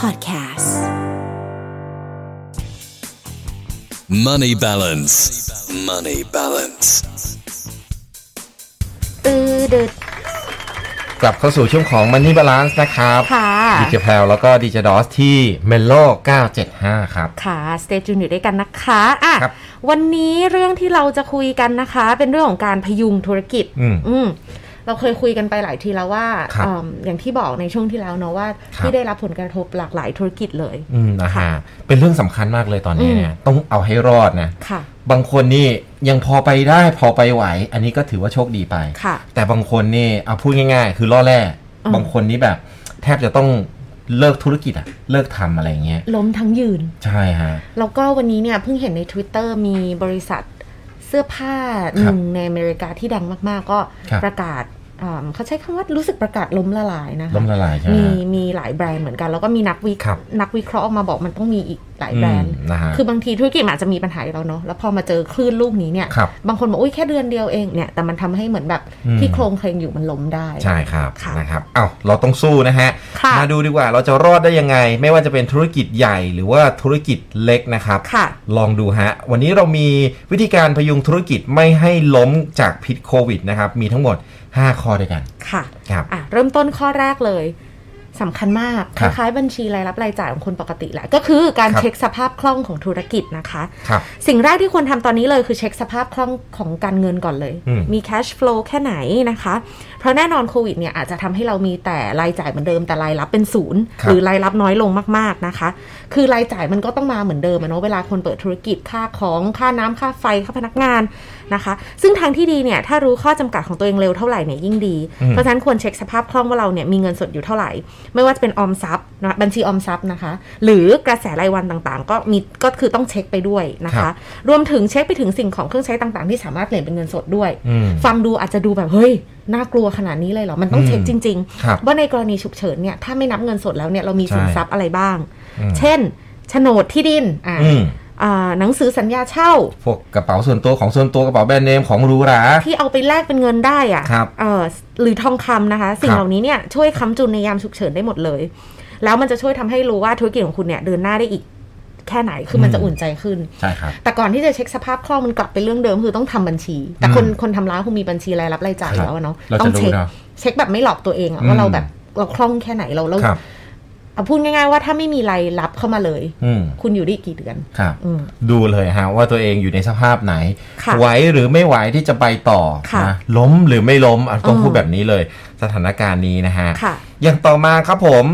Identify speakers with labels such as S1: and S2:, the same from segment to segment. S1: Podcasts.
S2: Money balance. Money balance.
S3: ตือดึด
S4: กลับเข้าสู่ช่วงของ Money Balance นะครับ
S3: ค่ะ
S4: ดีเจแพลแล้วก็ดีเจดอสที่เมโล975 ครับ
S3: ค่ะ สเตจูนอยู่ด้วยกันนะคะอ่ะ
S4: ครับ
S3: วันนี้เรื่องที่เราจะคุยกันนะคะ เป็นเรื่องของการพยุงธุรกิจ
S4: อืม
S3: อืมเราเคยคุยกันไปหลายทีแล้วว่า
S4: ครับ
S3: เอิ่มอย่างที่บอกในช่วงที่แล้วเนาะว่า
S4: ครับ
S3: ที่ได้รับผลกระทบหลากหลายธุรกิจเลย
S4: อืมนะ
S3: ค่ะ
S4: ฮะเป็นเรื่องสำคัญมากเลยตอนนี้เนี่ย ต้องเอาให้รอดนะ
S3: ค่ะ
S4: บางคนนี่ยังพอไปได้พอไปไหว อันนี้ก็ถือว่าโชคดีไป
S3: ค่ะ
S4: แต่บางคนนี่เอาพูดง่าย ๆ คือล่อแร่
S3: อืม
S4: บางคนนี่แบบ แทบจะต้องเลิกธุรกิจอะเลิกทำอะไรอย่างเงี้ย
S3: ล้มทั้งยืน
S4: ใช่ฮะ
S3: แล้วก็วันนี้เนี่ยเพิ่งเห็นใน Twitter มีบริษัทเสื้อผ้าหนึ่งในอเมริกาที่ดังมาก ๆ ก็
S4: ครับ
S3: ประกาศเอิ่มเขาใช้คำว่ารู้สึกประกาศล้มละลายนะคะ
S4: ล้มละลายใช่ไหม
S3: มี
S4: ฮะ
S3: มีหลายแบรนด์เหมือนกัน แล้วก็มีนักวิ
S4: ครับ
S3: นักวิเคราะห์ออกมาบอกมันต้องมีอีกหลายแบรนด์
S4: อืมนะฮะ
S3: คือบางทีธุรกิจมันอาจจะมีปัญหาอยู่แล้วเนาะแล้วพอมาเจอคลื่นลูกนี้เนี่ย
S4: ครับ
S3: งคนบอกอุ้ยแค่เดือนเดียวเองเนี่ยแต่มันทำให้เหมือนแบบ
S4: อืม
S3: ที่โครงเคลงอยู่มันล้มได้
S4: ใช่ครับ
S3: ค่ะ
S4: นะครับ เอ้าเราต้องสู้นะฮะ
S3: ค่ะ
S4: มาดูดีกว่าเราจะรอดได้ยังไง ไม่ว่าจะเป็นธุรกิจใหญ่หรือว่าธุรกิจเล็กนะครับ
S3: ค่ะ
S4: ลองดูฮะ วันนี้เรามีวิธีการพยุงธุรกิจไม่ให้ล้มจากพิษโควิดนะครับ มีทั้งหมด 5 ข้อด้วยกัน
S3: ค่ะ
S4: ครับ
S3: อ่ะ เริ่มต้นข้อแรกเลยสำคัญมากค
S4: ครับ
S3: ล้ายๆบัญชีรายรับรายจ่ายของคนปกติแหละก็คือการ
S4: ครับ
S3: เช็คสภาพคล่องของธุรกิจนะคะ
S4: ครับ
S3: สิ่งแรกที่ควรทำตอนนี้เลยคือเช็คสภาพคล่องของการเงินก่อนเลย
S4: อืม
S3: มี cash flow แค่ไหนนะคะ เพราะแน่นอนโควิดเนี่ยอาจจะทำให้เรามีแต่รายจ่ายเหมือนเดิมแต่รายรับเป็นศูนย์
S4: ครับ
S3: หรือรายรับน้อยลงมากๆนะคะ คือรายจ่ายมันก็ต้องมาเหมือนเดิมอะเนาะเวลาคนเปิดธุรกิจค่าของค่าน้ำค่าไฟค่าพนักงานนะคะ ซึ่งทางที่ดีเนี่ยถ้ารู้ข้อจำกัดของตัวเองเร็วเท่าไหร่เนี่ยยิ่งดี
S4: อืม
S3: เพราะฉะนั้นควรเช็คสภาพคล่องว่าเราเนี่ยมีเงินสดอยู่เท่าไหร่ ไม่ว่าจะเป็นออมทรัพย์นะบัญชีออมทรัพย์นะคะ หรือกระแสรายวันต่างๆ ก็มีก็คือต้องเช็คไปด้วยนะ
S4: ครั
S3: คะ
S4: บ
S3: รวมถึงเช็คไปถึงสิ่งของเครื่องใช้ต่างๆ ที่สามารถเปลี่ยนเป็นเงินสดด้วย
S4: อืม
S3: ฟังดูอาจจะดูแบบเฮ้ยน่ากลัวขนาดนี้เลยเหรอ มันต้องเช็ค
S4: อืม
S3: จริง
S4: ครับ
S3: ๆ ว่าในกรณีฉุกเฉินเนี่ยถ้าไม่นับเงินสดแล้วเนี่ยเรามีสิน
S4: ใช่
S3: ทรัพย์อะไรบ้าง
S4: อืม
S3: เช่นโฉนดที่ดินอ่า
S4: อืม
S3: อ่าหนังสือสัญญาเช่า
S4: พวกกระเป๋าส่วนตัวของส่วนตัวกระเป๋าแบรนด์เนมของหรูหรา
S3: ที่เอาไปแลกเป็นเงินได้อะ
S4: ครับ
S3: เออหรือทองคำนะคะ สิ่ง
S4: ครับ
S3: เหล่านี้เนี่ยช่วยค้ำจุนในยามฉุกเฉินได้หมดเลย แล้วมันจะช่วยทำให้รู้ว่าธุรกิจของคุณเนี่ยเดินหน้าได้อีกแค่ไหนคือมันจะอุ่นใจขึ้น
S4: ใช่ครับ
S3: แต่ก่อนที่จะเช็คสภาพคล่องมันกลับไปเรื่องเดิมคือต้องทำบัญชี แต่คนคนทำร้านคงมีบัญชีรายรับรายจ่าย
S4: ครับ
S3: แล้วอะเนาะ
S4: เราจะ
S3: ต้องเช็ค
S4: รู้เนอะ
S3: เช็คแบบไม่หลอกตัวเองอะ
S4: อืม
S3: ว่าเราแบบเราคล่องแค่ไหนเราเรา
S4: ครับ
S3: เอาพูดง่ายๆว่าถ้าไม่มีรายรับเข้ามาเลย
S4: อืม
S3: คุณอยู่ได้อีกกี่เดือน
S4: ครับ
S3: อืม
S4: ดูเลยฮะว่าตัวเองอยู่ในสภาพไหน
S3: ค่ะ
S4: ไหวหรือไม่ไหวที่จะไปต่อ
S3: ค่ะ
S4: นะล้มหรือไม่ล้มอ่ะต้อง
S3: อืม
S4: พูดแบบนี้เลย สถานการณ์นี้นะฮะ
S3: ค่ะ
S4: อย่างต่อมาครับผม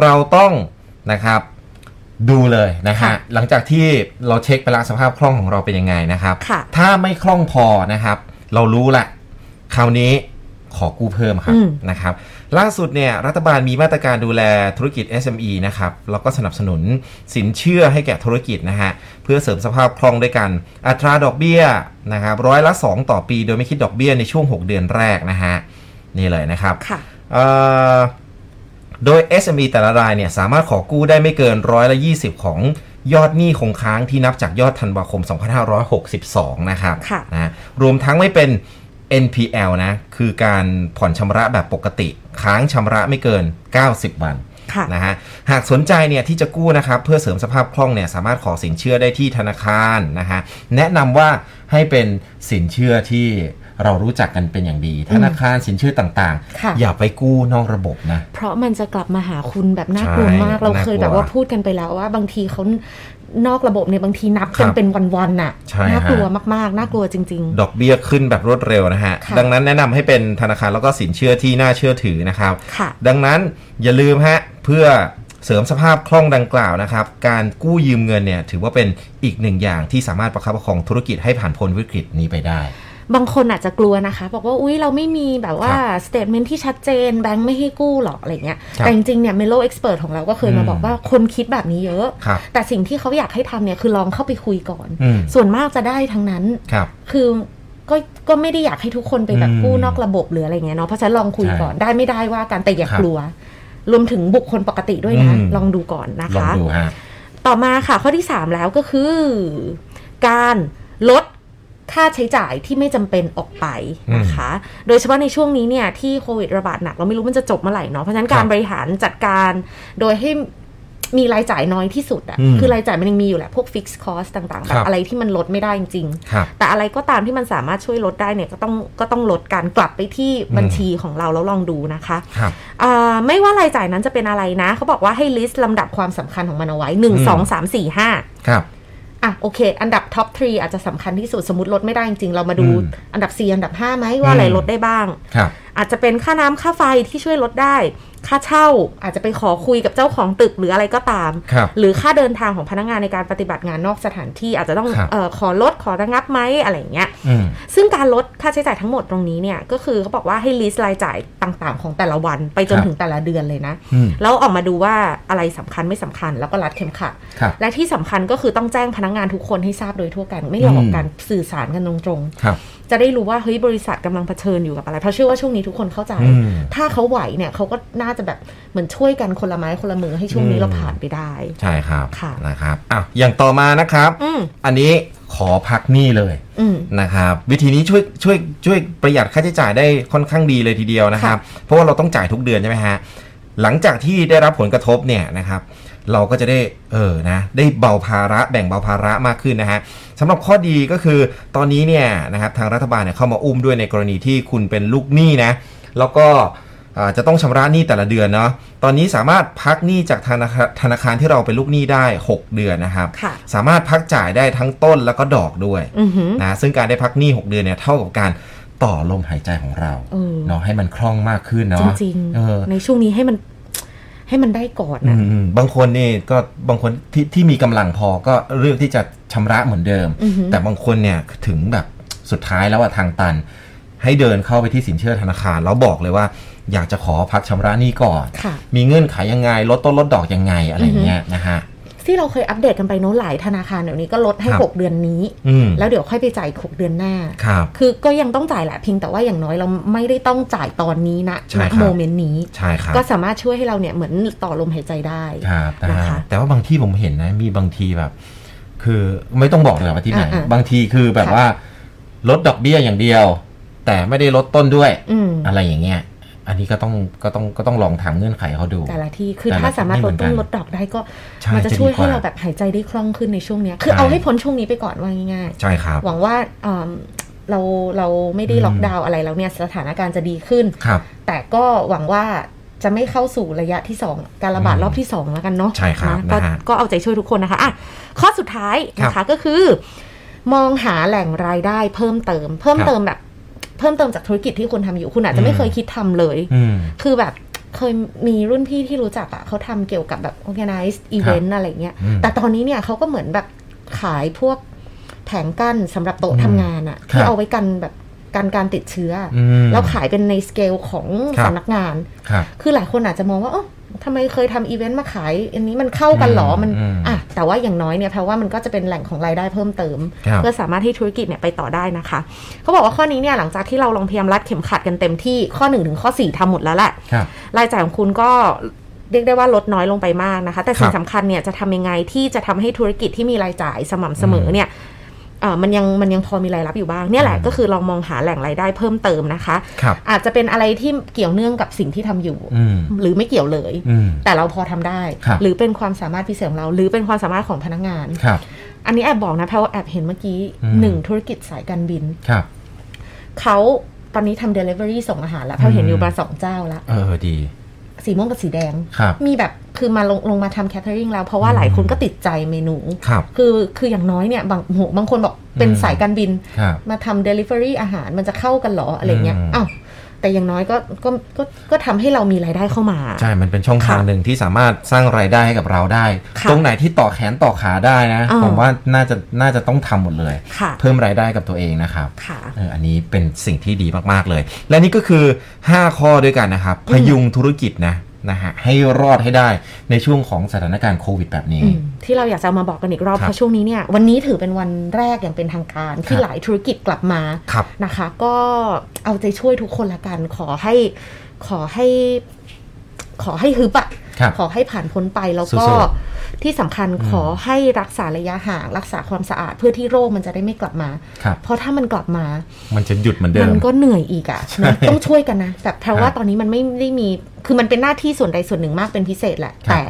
S4: เราต้องนะครับดูเลยนะ
S3: ค่ะ
S4: ฮะหลังจากที่เราเช็คไปและสภาพคล่องของเราเป็นยังไงนะครับ
S3: ค่ะ
S4: ถ้าไม่คล่องพอนะครับ เรารู้ละคราวนี้ขอกู้เพิ่มครับนะครับ ล่าสุดเนี่ยรัฐบาลมีมาตรการดูแลธุรกิจ SME นะครับแล้วก็สนับสนุนสินเชื่อให้แก่ธุรกิจนะฮะเพื่อเสริมสภาพคล่องด้วยกัน อัตราดอกเบี้ยนะครับร้อยละ 2 ต่อปี โดยไม่คิดดอกเบี้ยในช่วง 6 เดือนแรกนะฮะนี่เลยนะครับ
S3: ค่ะ
S4: เอ่อโดย SME แต่ละรายเนี่ยสามารถขอกู้ได้ไม่เกินร้อยละ20 ของยอดหนี้คงค้างที่นับจากยอดธันวาคม 2562 นะครับ
S3: ค่ะ
S4: นะรวมทั้งไม่เป็น NPL นะ คือการผ่อนชำระแบบปกติ ค้างชำระไม่เกิน 90 วัน
S3: ค่ะ
S4: นะฮะหากสนใจเนี่ยที่จะกู้นะครับ เพื่อเสริมสภาพคล่องเนี่ยสามารถขอสินเชื่อได้ที่ธนาคารนะฮะแนะนำว่าให้เป็นสินเชื่อที่เรารู้จักกันเป็นอย่างดี ธนาคารสินเชื่อต่าง
S3: ค่ะ
S4: ๆ อย่าไปกู้นอกระบบนะ
S3: เพราะมันจะกลับมาหาคุณแบบน่ากลัว
S4: ใช่
S3: มากเราเคยแบบว่า
S4: น่ากลัว
S3: พูดกันไปแล้วว่าบางทีเขานอกระบบเนี่ยบางทีนับ
S4: ครั
S3: กัน
S4: บ
S3: เป็นวันๆน่ะ
S4: ใช่ฮะ
S3: น่ากลัวมากๆน่ากลัวจริง
S4: ดอกเบี้ยขึ้นแบบรวดเร็วนะฮะ
S3: ค่ะ
S4: ดังนั้นแนะนำให้เป็นธนาคารแล้วก็สินเชื่อที่น่าเชื่อถือนะครับ
S3: ๆ ค่ะ
S4: ดังนั้นอย่าลืมฮะเพื่อเสริมสภาพคล่องดังกล่าวนะครับ การกู้ยืมเงินเนี่ยถือว่าเป็นอีกหนึ่งอย่างที่สามารถประคับประคองธุรกิจให้ผ่านพ้นวิกฤตนี้ไปได้
S3: บางคนอาจจะกลัวนะคะ บอกว่าอุ้ยเราไม่มีแบบว่าสเตทเมนที่ชัดเจนแบงค์ไม่ให้กู้หรอกอะไรเงี้ย
S4: ครับ
S3: แต่จริงๆเนี่ยเมโลเอ็กซ์เพรสของเราก็เคยมา
S4: อืม
S3: บอกว่าคนคิดแบบนี้เยอะ
S4: ครับ
S3: แต่สิ่งที่เขาอยากให้ทำเนี่ยคือลองเข้าไปคุยก่อน
S4: อืม
S3: ส่วนมากจะได้ทั้งนั้น
S4: ครับ
S3: คือก็ก็ไม่ได้อยากให้ทุกคนไปแบบ
S4: อืม
S3: กู้นอกระบบหรืออะไรเงี้ยเนาะเพราะฉะนั้นลองคุย
S4: ใช่
S3: ก่อนได้ไม่ได้ว่ากันแต่อย่า
S4: ครับ
S3: กลัว รวมถึงบุคคลปกติด้วยนะ
S4: อืม
S3: ลองดูก่อนนะ
S4: ลอง
S3: คะ
S4: ดูฮะ
S3: ต่อมาค่ะข้อที่ 3 แล้วก็คือ การลดค่าใช้จ่ายที่ไม่จำเป็นออกไปนะคะ โดยเฉพาะในช่วงนี้เนี่ยที่โควิดระบาดหนักเราไม่รู้มันจะจบเมื่อไหร่เนาะเพราะฉะนั้นการ
S4: ครับ
S3: บริหารจัดการโดยให้ มีรายจ่ายน้อยที่สุดอะ
S4: อืม
S3: คือรายจ่ายมันยังมีอยู่แหละ พวกฟิกซ์คอสต่างๆ
S4: ครั
S3: แบบ บอะไรที่มันลดไม่ได้จริง
S4: ครับ
S3: ๆ แต่อะไรก็ตามที่มันสามารถช่วยลดได้เนี่ยก็ต้องก็ต้องลดการกลับไปที่บัญชีของเราแล้วลองดูนะคะ
S4: ครับ
S3: อ่าไม่ว่ารายจ่ายนั้นจะเป็นอะไรนะ เขาบอกว่าให้ลิสต์ลำดับความสำคัญของมันเอาไว้หนึ่ง
S4: อืม
S3: สองสามสี่ห้า
S4: ครับ
S3: อ่ะโอเค อันดับท็อปทรีอาจจะสำคัญที่สุดสมมติลดไม่ได้จริงๆ เรามาดู
S4: อืม
S3: อันดับ 4 อันดับ 5 ไหมว่าอะไร
S4: อืม
S3: ลดได้บ้าง
S4: ครับ
S3: อาจจะเป็นค่าน้ำค่าไฟที่ช่วยลดได้ ค่าเช่าอาจจะไปขอคุยกับเจ้าของตึกหรืออะไรก็ตาม
S4: ครับ
S3: หรือค่าเดินทางของพนักงานในการปฏิบัติงานนอกสถานที่อาจจะต้อง
S4: ครับ
S3: เออขอลดขอระงับไหมอะไรอย่างเงี้ย
S4: อืม
S3: ซึ่งการลดค่าใช้จ่ายทั้งหมดตรงนี้เนี่ยก็คือเขาบอกว่าให้ลิสต์รายจ่ายต่างๆ ของแต่ละวันไปจน
S4: ครับ
S3: ถึงแต่ละเดือนเลยนะ
S4: อืม
S3: แล้วออกมาดูว่าอะไรสำคัญไม่สำคัญแล้วก็รัดเข็มขัด
S4: ครับ
S3: และที่สำคัญก็คือต้องแจ้งพนักงานทุกคนให้ทราบโดยทั่วกัน ไม่หลอ
S4: อื
S3: ก
S4: ม
S3: กันสื่อสารกันตรง
S4: ครับ
S3: ๆ จะได้รู้ว่าเฮ้ยบริษัทกำลังเผชิญอยู่กับอะไร เพราะเชื่อว่าช่วงนี้ทุกคนเข้าใจ
S4: อืม
S3: ถ้าเขาไหวเนี่ยเขาก็น่าจะแบบเหมือนช่วยกันคนละไม้คนละมือให้ช่วงนี้
S4: อืม
S3: เราผ่านไปได้
S4: ใช่ครับ
S3: ค่ะ
S4: นะครับอ่ะอย่างต่อมานะครับ
S3: อืม
S4: อันนี้ขอพักหนี้เลย
S3: อืม
S4: นะครับ วิธีนี้ช่วยช่วยช่วยประหยัดค่าใช้จ่ายได้ค่อนข้างดีเลยทีเดียวนะครับ เพราะว่าเราต้องจ่ายทุกเดือนใช่ไหมฮะหลังจากที่ได้รับผลกระทบเนี่ยนะครับ เราก็จะได้เออนะได้เบาภาระแบ่งเบาภาระมากขึ้นนะฮะสำหรับข้อดีก็คือตอนนี้เนี่ยนะครับทางรัฐบาลเนี่ยเข้ามาอุ้มด้วยในกรณีที่คุณเป็นลูกหนี้นะแล้วก็อ่าจะต้องชำระหนี้แต่ละเดือนเนาะตอนนี้สามารถพักหนี้จากธนาคารธนาคารที่เราเป็นลูกหนี้ได้ 6 เดือนนะครับ
S3: ค่ะ
S4: สามารถพักจ่ายได้ทั้งต้นแล้วก็ดอกด้วย
S3: อือหือ
S4: นะซึ่งการได้พักหนี้ 6 เดือนเนี่ยเท่ากับการต่อลมหายใจของเรา
S3: เออ
S4: เนาะให้มันคล่องมากขึ้น
S3: จ
S4: เนาะ
S3: ริง
S4: เออ
S3: ๆ ในช่วงนี้ให้มัน ให้มันได้ก่อน
S4: อื
S3: นะ
S4: มอืมบางคนนี่ก็บางคนที่ที่มีกำลังพอก็เลือกที่จะชำระเหมือนเดิม
S3: อือหือ
S4: แต่บางคนเนี่ยถึงแบบสุดท้ายแล้วอะทางตัน ให้เดินเข้าไปที่สินเชื่อธนาคาร แล้วบอกเลยว่า อยากจะขอพักชำระหนี้ก่อน
S3: ค่ะ
S4: มีเงื่อนไขยังไงลดต้นลดดอกยังไงอะไรอย่างเงี้ยนะฮะ
S3: ที่เราเคยอัปเดตกันไปโน้นหลายธนาคารเดี๋ยวนี้ก็ลดให้
S4: ครับ
S3: หกเดือนนี้
S4: อืม
S3: แล้วเดี๋ยวค่อยไปจ่ายอีกหกเดือนหน้า
S4: ครับ
S3: คือก็ยังต้องจ่ายแหละเพียงแต่ว่าอย่างน้อยเราไม่ได้ต้องจ่ายตอนนี้นะ
S4: ใช่ครั
S3: ณ
S4: บ
S3: โมเมนต์นี้
S4: ใช่ครับ
S3: ก็สามารถช่วยให้เราเนี่ยเหมือนต่อลมหายใจได้
S4: ครับนะ
S3: นะคะ
S4: ฮะแต่ว่าบางที่ผมเห็นนะ มีบางทีแบบ คือไม่ต้องบอกเลยว่าที่ไหน
S3: อ่าๆ
S4: บางทีคือแบบ
S3: ค่ะ
S4: ว่า ลดดอกเบี้ยอย่างเดียว แต่ไม่ได้ลดต้นด้วย
S3: อืม
S4: อะไรอย่างเงี้ย อันนี้ก็ต้องก็ต้องก็ต้องลองถามเงื่อนไขเขาดู
S3: แต่ละที่คือ
S4: แต่ละ
S3: ถ้าสามารถลดต้น
S4: ที่ไม่เหมือนกัน
S3: ลดดอกได้ก็
S4: ใช่
S3: มันจะช่วย
S4: จะดีกว่า
S3: ให้เราแบบหายใจได้คล่องขึ้นในช่วงเนี้ยคือ
S4: ใช่
S3: เอาให้พ้นช่วงนี้ไปก่อนว่าง่าย
S4: ใช่ครับ
S3: ๆหวังว่าเอิ่มเราเราไม่ได้
S4: อืม
S3: ล็อกดาวน์อะไรแล้วเนี่ยสถานการณ์จะดีขึ้น
S4: ครับ
S3: แต่ก็หวังว่าจะไม่เข้าสู่ระยะที่ 2 การระบาด
S4: อืม
S3: รอบที่ 2 แล้วกันเนาะ
S4: ใช่ครับ
S3: ก็
S4: นะฮะ
S3: ก็เอาใจช่วยทุกคนนะคะอ่ะข้อสุดท้ายนะ
S4: ครั
S3: คะ
S4: บ
S3: ก็คือ มองหาแหล่งรายได้เพิ่มเติม เพิ่มเติมแบบ เพิ่มเติมจากธุรกิจที่คุณทำอยู่ คุณอาจจะไม่
S4: อืม
S3: เคยคิดทำเลย
S4: อืม
S3: คือแบบเคยมีรุ่นพี่ที่รู้จักอะ่ะเขาทำเกี่ยวกับแบบ organize event อะไรเงี้ย
S4: อืม
S3: แต่ตอนนี้เนี่ยเขาก็เหมือนแบบขายพวกแผงกั้นสำหรับโต๊ะ
S4: อืม
S3: ทำงานอะ่ะ
S4: ครั
S3: ที่
S4: บ
S3: เอาไว้กันแบบการการติดเชื้ออะ
S4: อืม
S3: แล้วขายเป็นในสเกลของ
S4: ครับ
S3: สำนักงาน
S4: ครับ
S3: คือหลายคนอาจจะมองว่าเออทำไมเคยทำอีเวนต์มาขาย อันนี้มันเข้ากันเหรอ
S4: อืม
S3: มัน
S4: อืม
S3: อ่ะแต่ว่าอย่างน้อยเนี่ยแปลว่ามันก็จะเป็นแหล่งของรายได้เพิ่มเติม
S4: ครับ
S3: เพื่อสามารถให้ธุรกิจเนี่ยไปต่อได้นะคะ เขาบอกว่าข้อนี้เนี่ยหลังจากที่เราลองพยายามรัดเข็มขัดกันเต็มที่ข้อ1นถึงข้อ 4ทำหมดแล้วแหละ
S4: ครับ
S3: รายจ่ายของคุณก็เรียกได้ว่าลดน้อยลงไปมากนะคะ แต่สิ่
S4: ครั
S3: ง
S4: บ
S3: สำคัญเนี่ยจะทำยังไงที่จะทำให้ธุรกิจที่มีรายจ่ายสม่ำเสมออ
S4: ม
S3: เนี่ยเอ่อมันยังมันยังพอมีรายรับอยู่บ้างเนี่ยแหละ
S4: อืม
S3: ก็คือลองมองหาแหล่งรายได้เพิ่มเติมนะคะ
S4: ครับ
S3: อาจจะเป็นอะไรที่เกี่ยวเนื่องกับสิ่งที่ทำอยู่
S4: อืม
S3: หรือไม่เกี่ยวเลย
S4: อืม
S3: แต่เราพอทำได้
S4: ครับ
S3: หรือเป็นความสามารถพิเศษของเรา หรือเป็นความสามารถของพนักงาน
S4: ครับ
S3: อันนี้แอบบอกนะเพราะว่าแอบเห็นเมื่อกี้
S4: อืม
S3: หนึ่งธุรกิจสายการบิน
S4: ครับ
S3: เขาตอนนี้ทำ Delivery ส่งอาหารแล้วเราเห็นอยู่มาสองเจ้าละ
S4: เออดี
S3: สีม่วงกับสีแดง
S4: ครับ
S3: มีแบบคือมาลงลงมาทำแคทเทอริงแล้ว เพราะว่า
S4: อืม
S3: หลายคนก็ติดใจเมนู
S4: ครับ
S3: คือคืออย่างน้อยเนี่ยบางโหบางคนบอกเป็น
S4: อืม
S3: สายการบิน
S4: ครับ
S3: มาทำ Delivery อาหารมันจะเข้ากันเหรออะไรเงี้ย
S4: อืม
S3: อ้าวแต่อย่างน้อยก็ก็ก็ก็ทำให้เรามีรายได้เข้ามา
S4: ใช่ มันเป็นช่องทาง
S3: ค่ะ
S4: หนึ่งที่สามารถสร้างรายได้ให้กับเราได้
S3: ค่ะ
S4: ตรงไหนที่ต่อแขนต่อขาได้นะ
S3: อ่า
S4: ผมว่าน่าจะน่าจะต้องทำหมดเลย
S3: ค่ะ
S4: เพิ่มรายได้กับตัวเองนะครับ
S3: ค่ะ
S4: เอออันนี้เป็นสิ่งที่ดีมาก ๆ เลย และนี่ก็คือ 5 ข้อด้วยกันนะครับ พยุงธุรกิจนะนะฮะให้รอดให้ได้ในช่วงของสถานการณ์โควิดแบบนี้
S3: อืมที่เราอยากจะเอามาบอกกันอีกรอบ
S4: ครับ
S3: เพราะช่วงนี้เนี่ยวันนี้ถือเป็นวันแรกอย่างเป็นทางการ ที่
S4: ครับ
S3: หลายธุรกิจกลับมา
S4: ครับ
S3: นะคะ ก็เอาใจช่วยทุกคนละกันขอให้ขอให้ ขอให้ฮึบอะ
S4: ครับ
S3: ขอให้ผ่านพ้นไปแล้ว
S4: สู้
S3: ก็ที่สำคัญขอให้รักษาระยะห่าง รักษาความสะอาดเพื่อที่โรคมันจะได้ไม่กลับมา
S4: ครับ
S3: เพราะถ้ามันกลับมา
S4: มันจะหยุดเหมือนเดิ
S3: มั
S4: ม
S3: นก็เหนื่อยอีกอะ
S4: ใช่
S3: นะต้องช่วยกันนะแบบเพราะว่า
S4: ครับ
S3: ตอนนี้มันไม่ได้มี คือมันเป็นหน้าที่ส่วนใดส่วนหนึ่งมากเป็นพิเศษแหละ
S4: ครับ
S3: แต่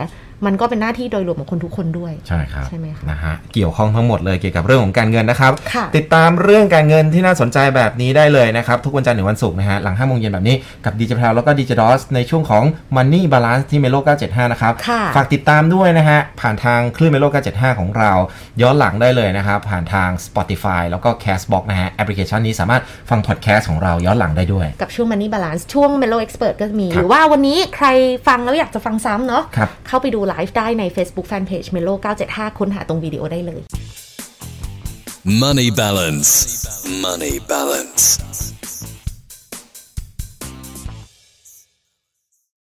S3: มันก็เป็นหน้าที่โดยรวมของคนทุกคนด้วย
S4: ใช่ครับ
S3: ใช่ไหมคะ
S4: นะฮะเกี่ยวข้องทั้งหมดเลยเกี่ยวกับเรื่องของการเงินนะครับ
S3: ค่ะ
S4: ติดตามเรื่องการเงินที่น่าสนใจแบบนี้ได้เลยนะครับ ทุกวันจันทร์ถึงวันศุกร์นะฮะหลัง5โมงเย็นแบบนี้กับดีเจพราวแล้วก็ดีเจดอสในช่วงของ Money Balance ที่เมโล975 นะครับ
S3: ค่ะ
S4: ฝากติดตามด้วยนะฮะ ผ่านทางคลื่นเมโล975 ของเรา ย้อนหลังได้เลยนะครับ ผ่านทาง Spotify แล้วก็ Castbox นะฮะ แอปพลิเคชันนี้สามารถฟังพอดแคสต์ของเราย้อนหลังได้ด้วย
S3: กับช่วง Money Balance ช่วง Melo Expert ก็มี
S4: ครับ
S3: หรือว่าวันนี้ใครฟังแล้วอยากจะฟังซ้ำเนาะ
S4: ครับ
S3: เข้าไปดูไลฟ์ได้ใน Facebook Fanpage Melo 975 ค้นหาตรงวิดีโอได้เลย
S2: Money balance. Money balance.